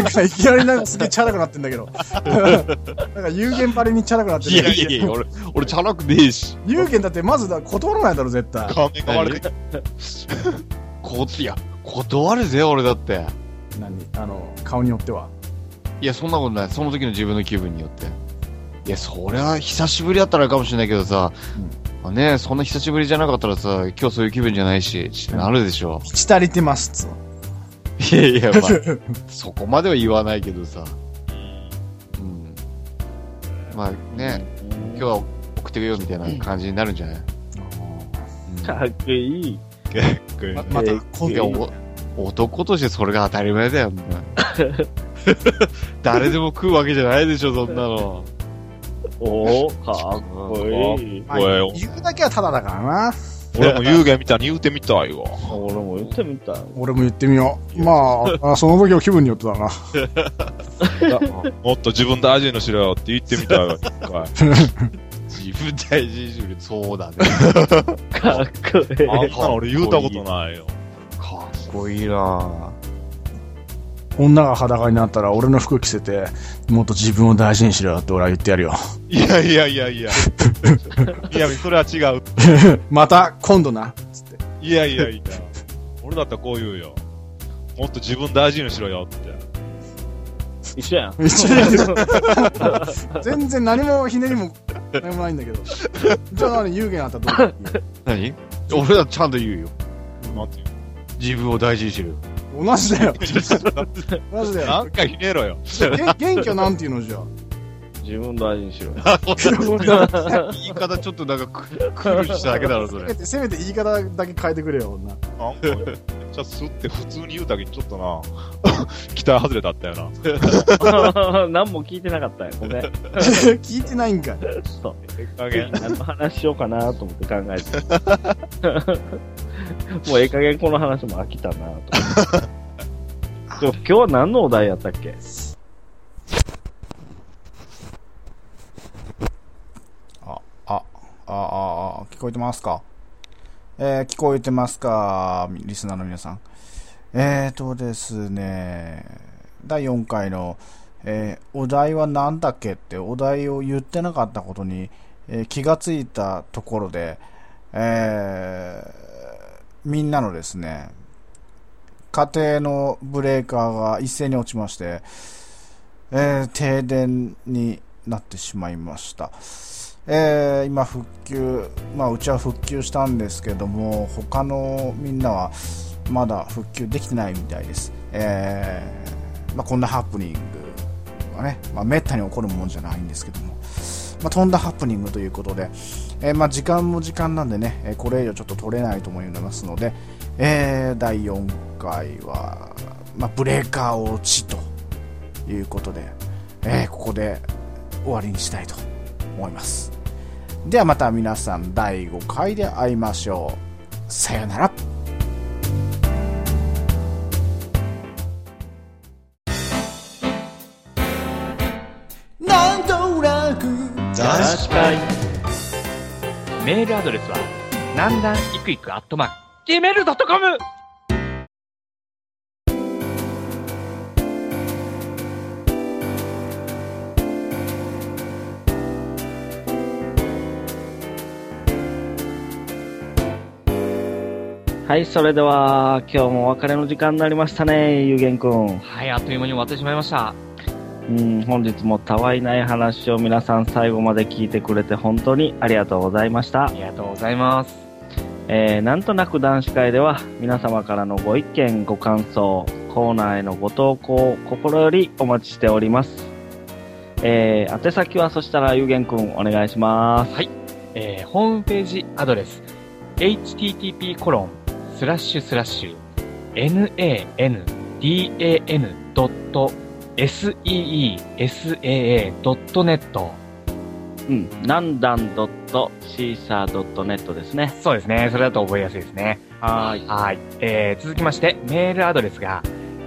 Speaker 2: かいきなりなんかすげえチャラくなってんだけど。なんか有限ばりにチャラくなって
Speaker 3: い
Speaker 2: る
Speaker 3: やいやいや、俺、俺、チャラくねえし。
Speaker 2: 有限だってまずだ断らないだろ、絶対。
Speaker 5: 顔 面が割れて
Speaker 3: こ、いや、断るぜ、俺だって。
Speaker 2: 何あの、顔によっては。
Speaker 3: いや、そんなことない。その時の自分の気分によって。いや、そりゃ、久しぶりだったらかもしれないけどさ、まあねそんな久しぶりじゃなかったらさ、今日そういう気分じゃないし、ってなるでしょ。
Speaker 2: 満ち足りてますっつうの
Speaker 3: いやいや、まあ、そこまでは言わないけどさ。うん。まあね、今日は送ってくよみたいな感じになるんじゃない、うん
Speaker 4: かっこいい。
Speaker 5: くる
Speaker 2: ま また、今
Speaker 3: いや
Speaker 2: 度
Speaker 3: お男としてそれが当たり前だよ、みんな 誰でも食うわけじゃないでしょ、そんなの。
Speaker 4: おおかっこいい。
Speaker 2: まあ
Speaker 5: おい
Speaker 2: 言うだけはただだからな。
Speaker 5: 俺も遊具みたいに言うてみたいわ。
Speaker 4: 俺も言ってみたい。
Speaker 2: 俺も言ってみよう。まあ、あその時の気分によってだな。
Speaker 5: もっと自分大事にしろよって言ってみたいわ、一回。
Speaker 3: 自分大事にしろよそうだね。
Speaker 4: かっこいい。
Speaker 5: あんなの俺言うたことないよ。
Speaker 3: かっこいいな
Speaker 2: 女が裸になったら俺の服着せて、もっと自分を大事にしろよって俺は言ってやるよ。
Speaker 5: いやいやいやいや。 いや、それは違う。
Speaker 2: また、今度な。つって。
Speaker 5: いやいやいや。俺だったらこう言うよ。もっと自分大事にしろよって。
Speaker 4: 一緒やん。
Speaker 2: 一緒 全然何もひねりも何もないんだけど。じゃあ何、有限あったらどうだ
Speaker 3: 何俺はちゃんと言うよ。
Speaker 5: なんていう
Speaker 3: 自分を大事にしろよ。
Speaker 2: 同じだよ。同じだ
Speaker 5: の な
Speaker 2: よ。
Speaker 5: んかひねろよ。
Speaker 2: 元元気はなんていうのじゃあ。
Speaker 4: 自分大事にしろよ。
Speaker 3: 言い方ちょっとなんかく、苦るしただけだろ、そ
Speaker 2: せ
Speaker 3: れ
Speaker 2: め。てせめて言い方だけ変えてくれよ、 女。
Speaker 5: なんか、めっちゃすって普通に言うたけど、ちょっとな、 期待外れだったよな。
Speaker 4: 何も聞いてなかったよ。ごめん。
Speaker 2: 聞いてないんかい。
Speaker 4: そう。
Speaker 5: 加減。
Speaker 4: 何の話しようかなと思って考えて。もうええ加減この話も飽きたなと思って。でも今日は何のお題やったっけ
Speaker 8: あ、あ、あ、あ、あ聞こえてますかえー聞こえてますかリスナーの皆さん。えーとですね、第4回の、えーお題は何だっけってお題を言ってなかったことに、えー気がついたところで、えーみんなのですね、家庭のブレーカーが一斉に落ちまして、えー停電になってしまいました。えー今復旧、まあ、うちは復旧したんですけども他のみんなはまだ復旧できてないみたいです、えーまあ、こんなハプニングはね、まあ、めったに起こるもんじゃないんですけども、まあ、飛んだハプニングということで、えーまあ、時間も時間なんでねえーこれ以上ちょっと取れないと思いますので、えー第4回は、まあ、ブレーカー落ちということで、えーここで終わりにしたいと思いますではまた皆さん第5回で会いましょうさよならなんとなく
Speaker 6: 確かに。メールアドレスは、なんだんいくいくアットマーク、gmail.com!
Speaker 4: はい、それでは今日もお別れの時間になりましたね、ゆうげんくん。
Speaker 6: はい、あっという間に終わってしまいました。
Speaker 4: うん、本日もたわいない話を皆さん最後まで聞いてくれて本当にありがとうございました
Speaker 6: あ。りがとうございます。
Speaker 4: えーなんとなく男子会では皆様からのご意見、ご感想、コーナーへのご投稿を心よりお待ちしております。えー、宛先はそしたらゆげんくんお願いします。
Speaker 6: えーホームページアドレス、http コロンスラッシュスラッシュ nandan.seesaa.net
Speaker 4: うん、なんだん .caesar.net ですね。
Speaker 6: そうですね。それだと覚えやすいですね。
Speaker 4: はーい。
Speaker 6: はい。えー、続きまして、メールアドレスが、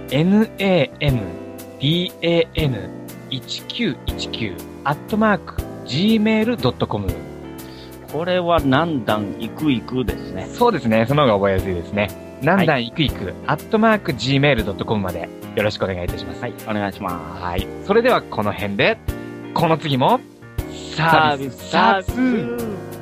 Speaker 6: nandan1919 アットマーク gmail.com。
Speaker 4: これは何段いくいくですね。
Speaker 6: そうですね。その方が覚えやすいですね。なんだんいくいく、アットマーク gmail.com までよろしくお願いいたします。
Speaker 4: はい、お願いします。
Speaker 6: はい。それではこの辺で、この次も、サービス、サービス。
Speaker 4: ービス